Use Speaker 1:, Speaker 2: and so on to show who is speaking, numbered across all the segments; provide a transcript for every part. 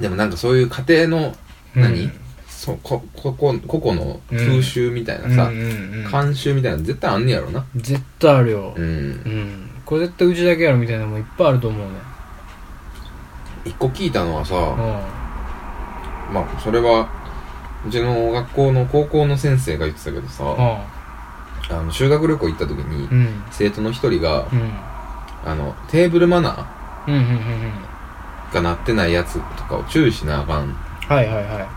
Speaker 1: でもなんかそういう家庭の
Speaker 2: うん
Speaker 1: 何、そうこここ個々の風習みたいなさ、
Speaker 2: うんうんうん
Speaker 1: 慣習みたいなの絶対あんねやろな
Speaker 2: 絶対あるよ
Speaker 1: う、ん
Speaker 2: うんこれ絶対うちだけやろみたいなのもいっぱいあると思うね
Speaker 1: 一個聞いたのはさ、
Speaker 2: う
Speaker 1: まあそれはうちの学校の高校の先生が言ってたけどさ、あの修学旅行行った時に、
Speaker 2: んうん
Speaker 1: 生徒の一人が、
Speaker 2: うん
Speaker 1: あのテーブルマナ
Speaker 2: うんうんうんうん
Speaker 1: ーがなってないやつとかを注意しなあかん
Speaker 2: はいはいは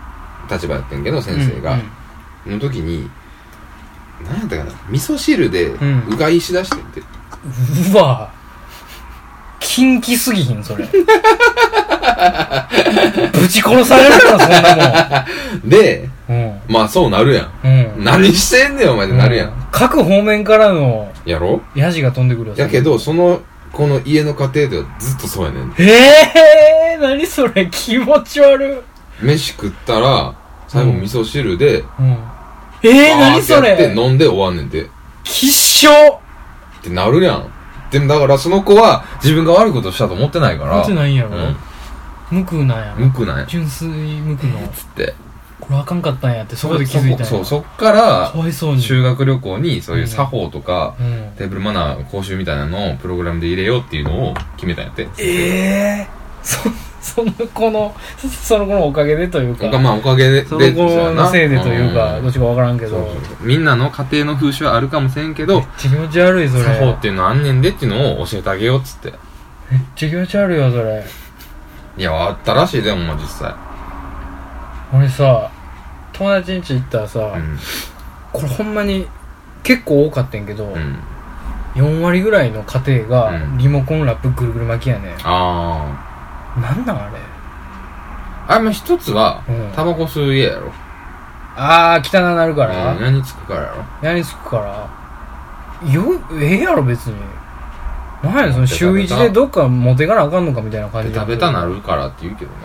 Speaker 1: 立場やってんけど
Speaker 2: い
Speaker 1: 先生が、の時に何やったかな味噌汁で
Speaker 2: ん
Speaker 1: うがいしだしてって、
Speaker 2: うんうわ近畿すぎひんそれ ぶち殺されるから
Speaker 1: で
Speaker 2: そんなもん
Speaker 1: まあそうなるやん
Speaker 2: うんうん
Speaker 1: 何してんねんお前ってなるやん、
Speaker 2: う各方面からの
Speaker 1: やろ
Speaker 2: ヤジが飛んでくるよ
Speaker 1: やけどそのこの家の家庭ではずっとそうやねん
Speaker 2: それええー、何それ気持ち悪
Speaker 1: 飯食ったら最後
Speaker 2: うん
Speaker 1: 味噌汁で、
Speaker 2: うんええ
Speaker 1: バ
Speaker 2: ー、
Speaker 1: ー
Speaker 2: 何
Speaker 1: ってや
Speaker 2: そ
Speaker 1: って
Speaker 2: れ
Speaker 1: 飲んで終わんねんてっ
Speaker 2: きっしょ
Speaker 1: てなるやんでもだからその子は自分が悪いことしたと思ってないから
Speaker 2: 無くないんやろ、
Speaker 1: うん
Speaker 2: 無垢なんやろ、
Speaker 1: 無くない
Speaker 2: 純粋無垢の
Speaker 1: つって
Speaker 2: これあかんかったんやってそこで気づいたんや
Speaker 1: そう
Speaker 2: う
Speaker 1: そっから
Speaker 2: かわいそうに
Speaker 1: 修学旅行にそういう作法とか、
Speaker 2: うん
Speaker 1: テーブルマナー講習みたいなのをプログラムで入れようっていうのを決めたんやって
Speaker 2: ええそその子のその子のおかげでという
Speaker 1: お
Speaker 2: か
Speaker 1: かまあおかげで
Speaker 2: その子のせいでというか、
Speaker 1: ん
Speaker 2: どっちかわからんけ
Speaker 1: そ
Speaker 2: ど
Speaker 1: うそうそうみんなの家庭の風習はあるかもしれんけ
Speaker 2: めっ
Speaker 1: ど
Speaker 2: ちゃ気持ち悪いそれ
Speaker 1: 作法っていうのあんねんでっていうのを教えてあげようっつって
Speaker 2: めっちゃ気持ち悪いわそれ
Speaker 1: いやあったらしいでもまあ実際
Speaker 2: 俺さ友達ん家行ったらさ、
Speaker 1: うん
Speaker 2: これほんまに結構多かったんけど、
Speaker 1: うん
Speaker 2: 4割ぐらいの家庭が
Speaker 1: うん
Speaker 2: リモコンラップぐるぐる巻きやね、
Speaker 1: あ
Speaker 2: ん、なんなんあれ
Speaker 1: ああれも一つは
Speaker 2: うん
Speaker 1: タバコ吸う家やろ
Speaker 2: ああ汚なるから、
Speaker 1: うん何つくからやろ
Speaker 2: 何つくからよええやろ別に何やねんその週一でどっか持っていかなあかんのかみたいな感じ
Speaker 1: ベ
Speaker 2: で
Speaker 1: タベタなるからって言うけどな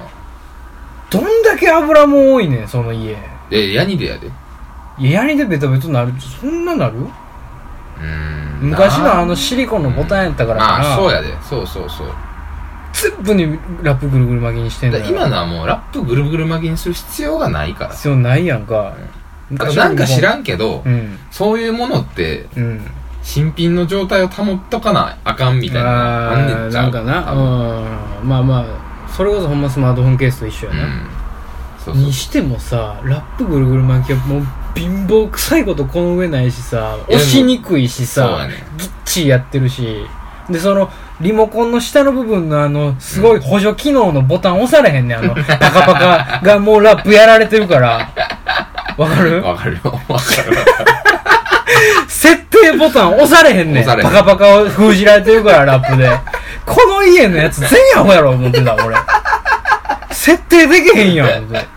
Speaker 2: どんだけ油も多いねんその家
Speaker 1: えヤニでやでう
Speaker 2: いややりでベタベタなるそんななる
Speaker 1: ーん
Speaker 2: 昔の
Speaker 1: な
Speaker 2: あのシリコンのボタンやったからか
Speaker 1: あ
Speaker 2: な
Speaker 1: あそうやでそうそうそう
Speaker 2: 全部にラップぐるぐる巻きにしてんの
Speaker 1: だ
Speaker 2: よ
Speaker 1: 今のはもうラップぐるぐる巻きにする必要がないから
Speaker 2: 必要ないやんか、
Speaker 1: あとなんか知
Speaker 2: ん
Speaker 1: らんけど
Speaker 2: うん
Speaker 1: そういうものって
Speaker 2: うん
Speaker 1: 新品の状態を保っとかなあかんみたいな
Speaker 2: あ
Speaker 1: あん
Speaker 2: ー
Speaker 1: ねんちゃ
Speaker 2: な
Speaker 1: うん
Speaker 2: かな
Speaker 1: 多分
Speaker 2: うんまあまあそれこそほんまスマートフォンケースと一緒や
Speaker 1: う
Speaker 2: な、
Speaker 1: んそうそう
Speaker 2: にしてもさラップぐるぐる巻きはもう貧乏くさいことこの上ないしさ
Speaker 1: いやでも
Speaker 2: 押しにくいし
Speaker 1: そうや
Speaker 2: さ、
Speaker 1: ね
Speaker 2: ぎっちりやってるしでそのリモコンの下の部分のあのすごい補助機能のボタン押されへんねんあのパカパカがもうラップやられてるからわかる
Speaker 1: わかるよ わかるわ
Speaker 2: 設定ボタン押されへんね
Speaker 1: 押
Speaker 2: ん。
Speaker 1: さ
Speaker 2: パ
Speaker 1: れへん
Speaker 2: カパカを封じられてるから、ラップで。この家のやつ全員アホやろ、思ってた、俺。設定できへんやん、思って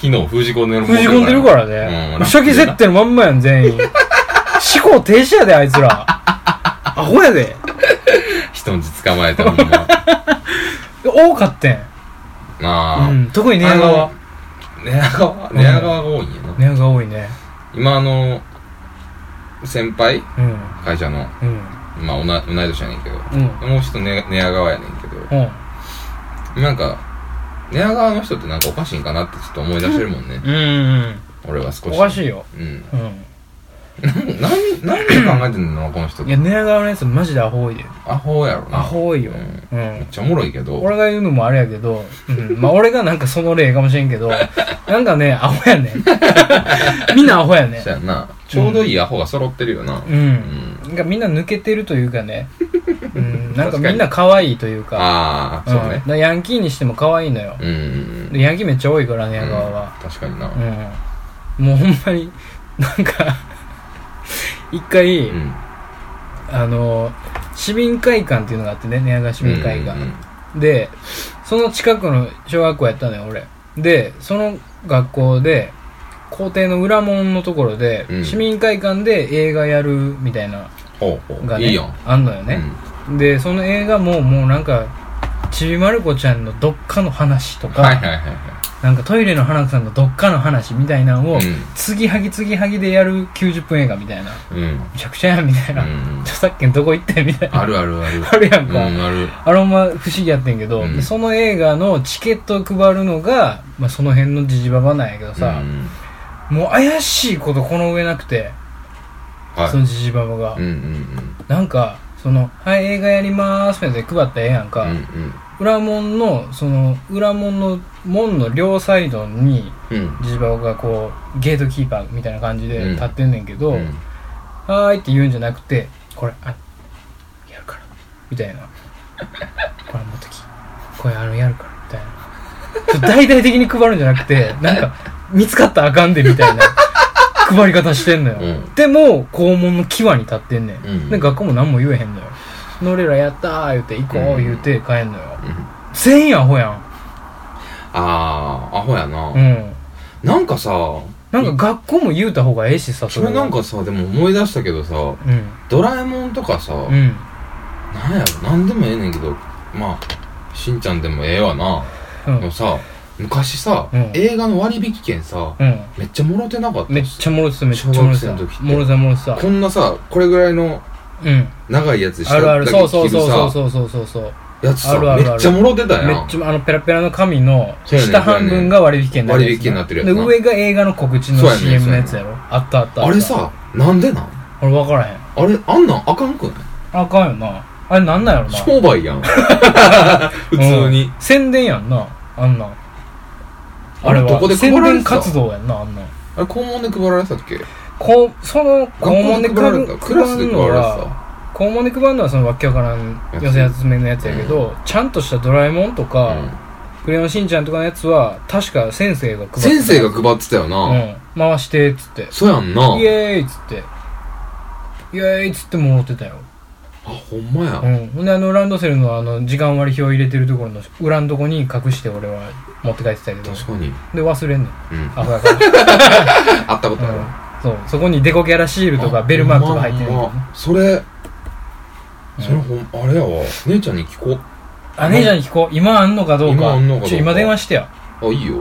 Speaker 1: 昨日封じ込んでる
Speaker 2: 封じ込んでるから
Speaker 1: う
Speaker 2: ね
Speaker 1: ん。
Speaker 2: 初期設定のまんまやん、全員。思考停止やで、あいつら。アホやで。
Speaker 1: 人んち捕まえたほんま
Speaker 2: 多かってん。
Speaker 1: なあ
Speaker 2: うん。特に値上がは。
Speaker 1: 寝屋川寝屋川が多いんやな
Speaker 2: 値上が多いね。
Speaker 1: 今あの先輩
Speaker 2: うん。
Speaker 1: 会社の
Speaker 2: うん。
Speaker 1: まあ同い同い年やねんけど
Speaker 2: うん。
Speaker 1: もうちょっと寝寝屋川やねんけど
Speaker 2: うん。
Speaker 1: なんか、寝屋川の人ってなんかおかしいんかなってちょっと思い出してるもんね。
Speaker 2: うん。
Speaker 1: 俺は少し。
Speaker 2: おか
Speaker 1: い。
Speaker 2: しいよ。
Speaker 1: うん。
Speaker 2: うん。
Speaker 1: なん、なん、何を考えてんのこの人っ
Speaker 2: い
Speaker 1: て
Speaker 2: や、。値上がのやつマジでアホ多いで。
Speaker 1: アホやろな。
Speaker 2: アホ多いよ
Speaker 1: う。ん
Speaker 2: うん
Speaker 1: めっ。ちゃおもろいけど。
Speaker 2: 俺が言うのもあれやけど、うん、まあ俺がなんかその例かもしれんけど、なんかね、アホやね。 みんなアホやね
Speaker 1: そ。やんな。ちょうどいいアホが揃ってるよな。
Speaker 2: う。
Speaker 1: うんん。
Speaker 2: なんかみんな抜けてるという かね、うん、なん
Speaker 1: 確
Speaker 2: か
Speaker 1: かに
Speaker 2: みんな可愛いというか、
Speaker 1: ああ、
Speaker 2: ん、
Speaker 1: そ
Speaker 2: だ
Speaker 1: うね
Speaker 2: か。らヤンキーにしても可愛いのよ。
Speaker 1: うん。
Speaker 2: でヤンキーめっちゃ多いからね、矢川
Speaker 1: うん
Speaker 2: は。
Speaker 1: 確かにな。
Speaker 2: うん。もうほんまに、なんか、一回、
Speaker 1: うん。
Speaker 2: あの、市民会館っていうのがあってね、寝屋川市民会
Speaker 1: う
Speaker 2: 館
Speaker 1: ん。
Speaker 2: でその近くの小学校やったのよ俺でその学校で校庭の裏門のところで、
Speaker 1: うん
Speaker 2: 市民会館で映画やるみたいな
Speaker 1: ほうほ
Speaker 2: のが
Speaker 1: う。
Speaker 2: ね
Speaker 1: いいやん。
Speaker 2: あんのよ
Speaker 1: う
Speaker 2: ね、
Speaker 1: ん
Speaker 2: でその映画ももうなんかちびまる子ちゃんのどっかの話とか、
Speaker 1: はいはいはいはい
Speaker 2: なんかトイレの花子さんのどっかの話みたいなの
Speaker 1: う
Speaker 2: を、
Speaker 1: ん
Speaker 2: 継ぎはぎ継ぎはぎでやる90分映画みたいな。
Speaker 1: うん
Speaker 2: めちゃくちゃやんみたいな。
Speaker 1: うん
Speaker 2: 著作権どこ行ってんみたいな。
Speaker 1: あるあるある
Speaker 2: あるやんか。
Speaker 1: うんある
Speaker 2: あれほんま不思議やってんけど、
Speaker 1: うん
Speaker 2: でその映画のチケットを配るのが、まあ、その辺のジジババなんやけどさ
Speaker 1: う、ん
Speaker 2: もう怪しいことこの上なくて、
Speaker 1: はい
Speaker 2: そのジジババが、
Speaker 1: うんうん
Speaker 2: なんかその「はい映画やります」みたいなので配ったらええやんか、
Speaker 1: うんうん
Speaker 2: 裏門のその裏門の門の両サイドに
Speaker 1: うん
Speaker 2: ジジババがこうゲートキーパーみたいな感じで立ってんねんけど「
Speaker 1: うん
Speaker 2: はーい」って言うんじゃなくて「これあやるから」みたいな「これ持ってきこれあのやるから」みたいなちょっと大々的に配るんじゃなくてなんか見つかったらあかんでみたいな配り方してんのよ、
Speaker 1: うん
Speaker 2: でも校門の際に立ってんねん、
Speaker 1: うん
Speaker 2: で学校も何も言えへんのよで俺らやったー言うて行こ
Speaker 1: う
Speaker 2: うん言うて帰んのよ、
Speaker 1: うん
Speaker 2: 全員アホやん
Speaker 1: あーアホやな、
Speaker 2: うん
Speaker 1: なんかさ
Speaker 2: なんか学校も言うた方がええしさそ
Speaker 1: そ
Speaker 2: れは
Speaker 1: れなんかさでも思い出したけどさ
Speaker 2: うん
Speaker 1: ドラえもんとかさ、
Speaker 2: うん
Speaker 1: なんやろなんでもええねんけどまあしんちゃんでもええわな、
Speaker 2: うん
Speaker 1: のさ昔さ、
Speaker 2: うん
Speaker 1: 映画の割引券さ、
Speaker 2: うん
Speaker 1: めっちゃもろてなかった
Speaker 2: めっちゃもろてためっちゃもろてた
Speaker 1: 小学生の時って
Speaker 2: もろてたもろてた
Speaker 1: こんなさこれぐらいの
Speaker 2: うん
Speaker 1: 長いやつし
Speaker 2: あ
Speaker 1: た
Speaker 2: るある
Speaker 1: だけ
Speaker 2: そうそう
Speaker 1: 着る
Speaker 2: そう
Speaker 1: さ
Speaker 2: そうそうそうそうそう
Speaker 1: やつさ
Speaker 2: あるあるある
Speaker 1: めっちゃもろてた
Speaker 2: め
Speaker 1: や
Speaker 2: っ
Speaker 1: ん
Speaker 2: ちゃあのペラペラの紙の
Speaker 1: そうやねん
Speaker 2: 下半分が割引券になる
Speaker 1: 割引券になってるや
Speaker 2: で
Speaker 1: つな
Speaker 2: 上が映画の告知
Speaker 1: そう
Speaker 2: の
Speaker 1: やねん
Speaker 2: CM のやつやろあったあったった
Speaker 1: あれさなんでなん
Speaker 2: 俺分からへん
Speaker 1: あれあんなんあかんくない
Speaker 2: あかんよなあれなんなんやろな
Speaker 1: 商売 やん普通
Speaker 2: う
Speaker 1: に
Speaker 2: ん、宣伝やんなあんなん
Speaker 1: あれどこで配られてた
Speaker 2: 宣伝活動やんなあんなん
Speaker 1: あれ校門で配られてたっけ
Speaker 2: こうその校門で
Speaker 1: 学校で配られたクラスで
Speaker 2: る
Speaker 1: 配
Speaker 2: の
Speaker 1: られて
Speaker 2: は
Speaker 1: た
Speaker 2: 校門で配るのはそのわけわからん
Speaker 1: やつ
Speaker 2: 寄せ集めのやつやけど、ちゃんとしたドラえもんとか、クレヨンしんちゃんとかのやつは確か先生が配
Speaker 1: う
Speaker 2: って
Speaker 1: ん先生が
Speaker 2: 配
Speaker 1: 配ってたよな、
Speaker 2: うん回してっつって
Speaker 1: そうやんな
Speaker 2: イエーイっつってイエーイっつってもらってたよ、
Speaker 1: あほんまや、
Speaker 2: うん、ほんであのランドセルのあの時間割表入れてるところの裏のとこに隠して俺は持って帰ってたけど
Speaker 1: 確かに、
Speaker 2: で忘れんねん
Speaker 1: うん、
Speaker 2: アホやから、
Speaker 1: あったことある、
Speaker 2: うん、そうそこにデコキャラシールとかベルマークとか入ってるん
Speaker 1: ほん
Speaker 2: だ
Speaker 1: ま
Speaker 2: けどね
Speaker 1: あそれそれ
Speaker 2: うん
Speaker 1: ほん、あれやわ姉ちゃんに聞こう
Speaker 2: あ姉ちゃんに聞こう今あんのかどうか
Speaker 1: 今あんのかどうか
Speaker 2: ちょ今電話してや
Speaker 1: あいいよ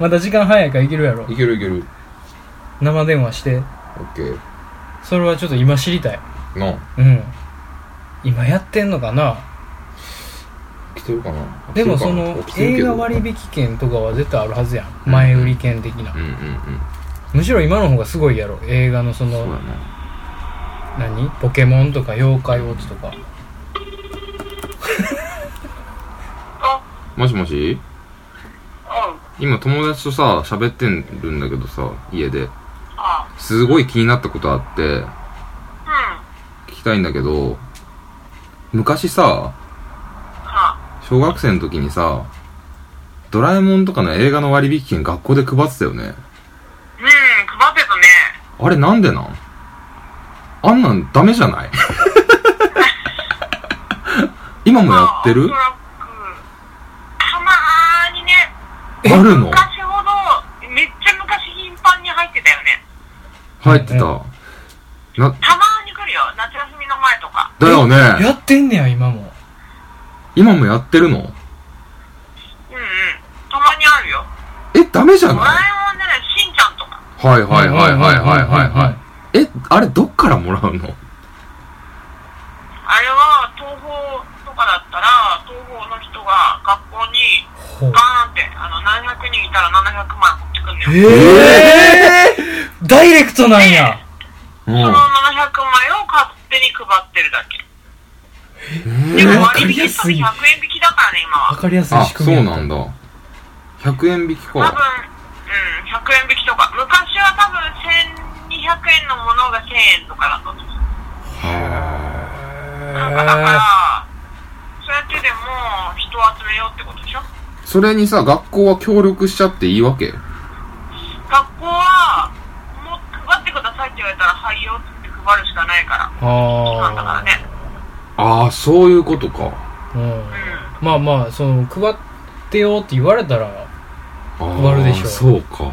Speaker 2: まだ時間早いからいけるやろ
Speaker 1: いけるいける
Speaker 2: 生電話して
Speaker 1: オッケー
Speaker 2: それはちょっと今知りたい
Speaker 1: なあ
Speaker 2: うん今やってんのかな
Speaker 1: 来てるかな
Speaker 2: でも
Speaker 1: 来て
Speaker 2: そ
Speaker 1: るかな
Speaker 2: の
Speaker 1: 来てる
Speaker 2: 映
Speaker 1: けど
Speaker 2: 画割引券とかは絶対あるはずや
Speaker 1: うん
Speaker 2: ん前売り券的な
Speaker 1: うんうんうん
Speaker 2: むしろ今の方がすごいやろ映画のそ
Speaker 1: そう
Speaker 2: の
Speaker 1: やな
Speaker 2: 何ポケモンとか妖怪ウォッチとか
Speaker 1: もしもし
Speaker 3: うん。
Speaker 1: 今友達とさ喋ってるんだけどさ家で
Speaker 3: あ、
Speaker 1: すごい気になったことあって
Speaker 3: うん。は
Speaker 1: 聞きたいんだけど昔さ
Speaker 3: あ、
Speaker 1: 小学生の時にさドラえもんとかの映画の割引券学校で配ってたよね
Speaker 3: うん、配ってたね。
Speaker 1: あれなんでなんあんなんダメじゃない今もやって
Speaker 3: ま
Speaker 1: る
Speaker 3: あおそらくたまーにね、
Speaker 1: あるの
Speaker 3: 昔ほど、めっちゃ昔頻繁に入ってたよね。
Speaker 1: 入ってた。な、
Speaker 3: たまーに来るよ。夏休みの前とか。
Speaker 1: だよね。
Speaker 2: やってんねや今も
Speaker 1: 今もやってるの
Speaker 3: うんうん。たまにあるよ。
Speaker 1: え、ダメじゃ
Speaker 3: ドラ
Speaker 1: ない
Speaker 3: えもんじゃない、しんちゃんとか。
Speaker 1: はいはいはいはいはいはいは
Speaker 2: う
Speaker 1: い。え、あれどっからもらうの
Speaker 3: あれは、東宝とかだったら、東宝の人が学校に、
Speaker 2: んうんうんほう
Speaker 3: バーンって、あの、700人いたら700万持ってくんのよ。
Speaker 2: えーダイレクトなんや
Speaker 1: うん。
Speaker 3: その700枚を勝手に配ってるだけ。
Speaker 1: え
Speaker 3: で
Speaker 1: ー
Speaker 3: も割引率100円引きだからね、今
Speaker 2: わ
Speaker 3: は。
Speaker 2: かりやすい
Speaker 1: あ、
Speaker 2: 仕
Speaker 1: そ
Speaker 2: 組み
Speaker 1: う
Speaker 2: や
Speaker 1: なんだ。100円引き
Speaker 3: 多分、
Speaker 1: か。
Speaker 3: うん、100円引きとか。昔は多分1200円のものが1000円とかだったと思う。
Speaker 1: は
Speaker 3: なんかだから、そうやってでも人を集めようってことでしょ
Speaker 1: ーそれにさ、学校は協力しちゃっていいわけ
Speaker 3: 学校は、もう配ってくださいって言われたら、はいよって配るしかないから。なんだから
Speaker 2: あ
Speaker 3: ね。
Speaker 1: ああ、そういうことか。
Speaker 2: あうん
Speaker 3: う
Speaker 2: まあまあその配ってよって言われたら
Speaker 1: あー
Speaker 2: 配るでしょ
Speaker 1: そうか。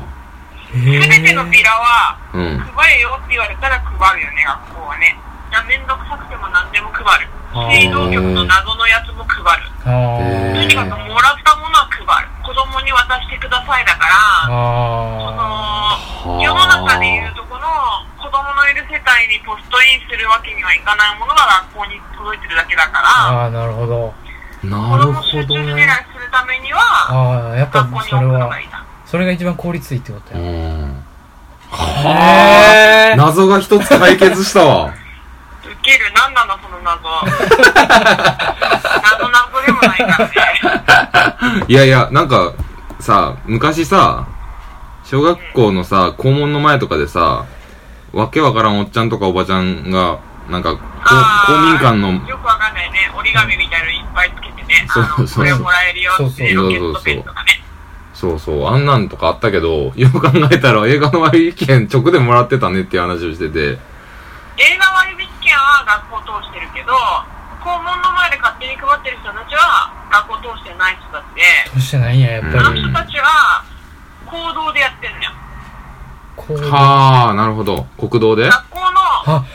Speaker 2: へ
Speaker 3: ん。すべてのビラは、
Speaker 1: うん。
Speaker 3: 配れよって言われたら配るよね、学校はね。いやめんどくさくても何でも配る。水道局の謎のやつも配る。
Speaker 2: あ
Speaker 1: へー
Speaker 3: とにかくもらったものは配る。子供に渡してくださいだから、そ
Speaker 2: あ
Speaker 3: の、世の中でいうとこの子供のいる世帯にポストインするわけにはいかないものが学校に届いてるだけだから、
Speaker 2: あーなるほど
Speaker 1: な
Speaker 3: 子
Speaker 1: る
Speaker 3: 供を集
Speaker 1: ほ
Speaker 3: 中
Speaker 1: ど
Speaker 3: 狙い
Speaker 1: ね。
Speaker 3: するためには、
Speaker 2: ああやっぱ
Speaker 3: 学校に
Speaker 2: それ
Speaker 3: 送るのが
Speaker 2: はい
Speaker 3: いな。
Speaker 2: それが一番効率いいってこと
Speaker 1: う
Speaker 2: や
Speaker 1: ん。
Speaker 2: へえ
Speaker 1: 謎が一つ解決したわ。
Speaker 3: ウケる、なんなのその謎。謎謎でもないからね。
Speaker 1: いやいや、なんか、さ、昔さ、小学校のさ、校門の前とかでさ、わけわからんおっちゃんとかおばちゃんが、なんか、こ
Speaker 3: あ
Speaker 1: 公
Speaker 3: ー
Speaker 1: 民館の、
Speaker 3: よくわかんないね。折り紙みたいのいっぱいつけてね。
Speaker 1: そう
Speaker 3: あの
Speaker 1: そう
Speaker 3: これもらえるよっていう
Speaker 1: そ
Speaker 3: ロ
Speaker 1: う
Speaker 3: ケ
Speaker 1: そう
Speaker 3: ットペンとかね。
Speaker 1: そうそう、あんなんとかあったけど、よく考えたら映画の割引券直でもらってたねっていう話をしてて、
Speaker 3: 映画割引券は学校通してるけど、校門の前で勝手に配ってる人たちは学校通してない人たちで、
Speaker 2: どうしてないんややっ
Speaker 1: うん
Speaker 3: あ
Speaker 2: ぱ
Speaker 3: の
Speaker 2: り
Speaker 3: 人たちは行動でやってんのよ。
Speaker 2: こう
Speaker 1: はあ、なるほど。国道で
Speaker 3: 学校の、
Speaker 2: あ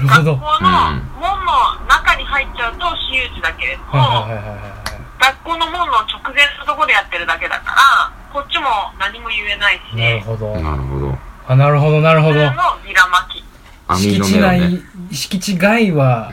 Speaker 3: うん、
Speaker 2: なるほ
Speaker 3: 学校
Speaker 2: ど
Speaker 3: の門の中に入っちゃうと私有地だけれども、
Speaker 2: はいはいはいはいはい
Speaker 3: 学校の門の直前のところでやってるだけだから、こっちも何も言えないし、
Speaker 2: なるほど。
Speaker 1: なるほど。
Speaker 2: あ、なるほど、なるほ
Speaker 3: 普通
Speaker 2: ど。
Speaker 3: のビラ巻き。
Speaker 1: 網
Speaker 2: 敷
Speaker 1: の
Speaker 2: 地
Speaker 1: 目を
Speaker 2: 内
Speaker 1: ね。、
Speaker 2: 敷地外は、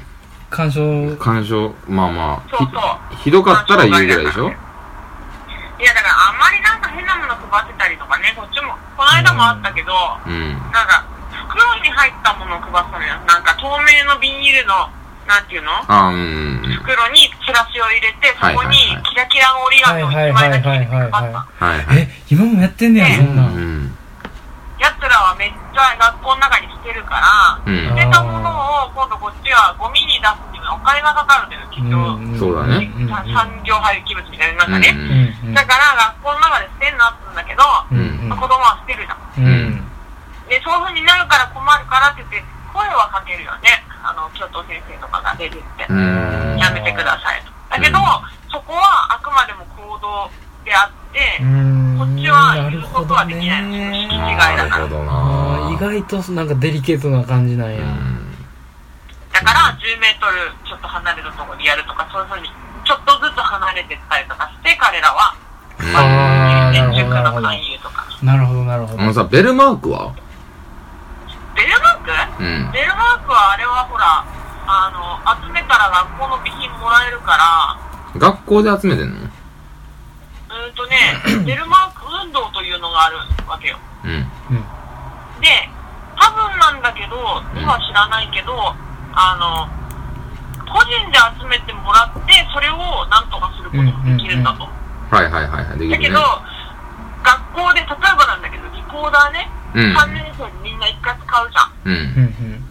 Speaker 2: 干渉、
Speaker 1: 干渉、まあま
Speaker 3: そうそう。
Speaker 1: あ、ひひどかったら言うぐらいでしょ
Speaker 3: いや、だからあんまりなんか変なもの配ってたりとかね、こっちも、この間もあったけど、
Speaker 1: うん。
Speaker 3: なんか、袋に入ったものを配ってたのよ。なんか透明のビニールの、なんていうの
Speaker 1: あーうん。
Speaker 3: 袋にチラシを入れて、そこ
Speaker 1: はい
Speaker 3: に
Speaker 1: はいはい
Speaker 3: キラキラの折り
Speaker 2: はい
Speaker 3: 紙を
Speaker 2: はいはい
Speaker 3: 一枚
Speaker 2: は
Speaker 3: だ
Speaker 2: いは
Speaker 3: け
Speaker 2: い
Speaker 3: 入れて
Speaker 2: は
Speaker 3: 配っ
Speaker 2: い
Speaker 3: た。
Speaker 1: はいはい。
Speaker 2: え、今もやってんねや、そん
Speaker 1: う
Speaker 2: なん。
Speaker 1: ん。
Speaker 3: 奴らはめっちゃ学校の中に来てるから、
Speaker 1: うん
Speaker 3: 捨てたものを今度こっちはゴミに出すっていうのはお金がかかるんだよ、きっと。
Speaker 2: ん
Speaker 1: そうだね
Speaker 2: うんうん
Speaker 3: 産業廃棄物みたいな、なんかね。
Speaker 1: うん
Speaker 2: うん
Speaker 3: だから学校の中で捨てんなって言
Speaker 2: うん
Speaker 3: うんだけど、まあ子供は捨てるじゃん。
Speaker 2: うんうん
Speaker 3: で、そういう風になるから困るからって言って、声はかけるよね。あの、教頭先生とかが出てって、
Speaker 1: うーん。
Speaker 3: やめてくださいと。だけど、
Speaker 1: うん
Speaker 3: そこはあくまでも行動であって、
Speaker 2: うん
Speaker 3: こっちは言うことはできないんですよ敷地外だ
Speaker 1: な
Speaker 3: か
Speaker 1: るほ。
Speaker 3: ら
Speaker 1: ど
Speaker 2: あ
Speaker 1: な
Speaker 2: ー意外となんかデリケートな感じなんや。
Speaker 3: だから、10メートルちょっと離れたところでやるとか、そういう風に、ちょっとずつ離れてったりとかして、彼らは、
Speaker 2: あーなるほ
Speaker 3: 塾
Speaker 2: どなるほ
Speaker 3: の
Speaker 2: ど
Speaker 3: 勧誘とか。
Speaker 2: なるほど、なるほ
Speaker 1: うんあの
Speaker 2: ど。
Speaker 1: さベルマークは
Speaker 3: ベルマーク
Speaker 1: うん
Speaker 3: ベルマークはあれはほら、あの、集めたら学校の備品もらえるから、
Speaker 1: 学校で集めてんの
Speaker 3: うーんとね、 ベルマーク運動というのがあるわけよ。
Speaker 1: うん
Speaker 3: で、多分なんだけど、今は知らないけど、あの、個人で集めてもらって、それをなんとかすることもできるんだと。
Speaker 1: はいはいはいはいでき
Speaker 3: だけ
Speaker 1: る
Speaker 3: ど
Speaker 1: ね、
Speaker 3: 学校で、例えばなんだけど、リコーダーね、
Speaker 1: うん
Speaker 3: 3年生にみんな一回使うじゃん。
Speaker 1: う
Speaker 2: うん
Speaker 1: ん
Speaker 2: うん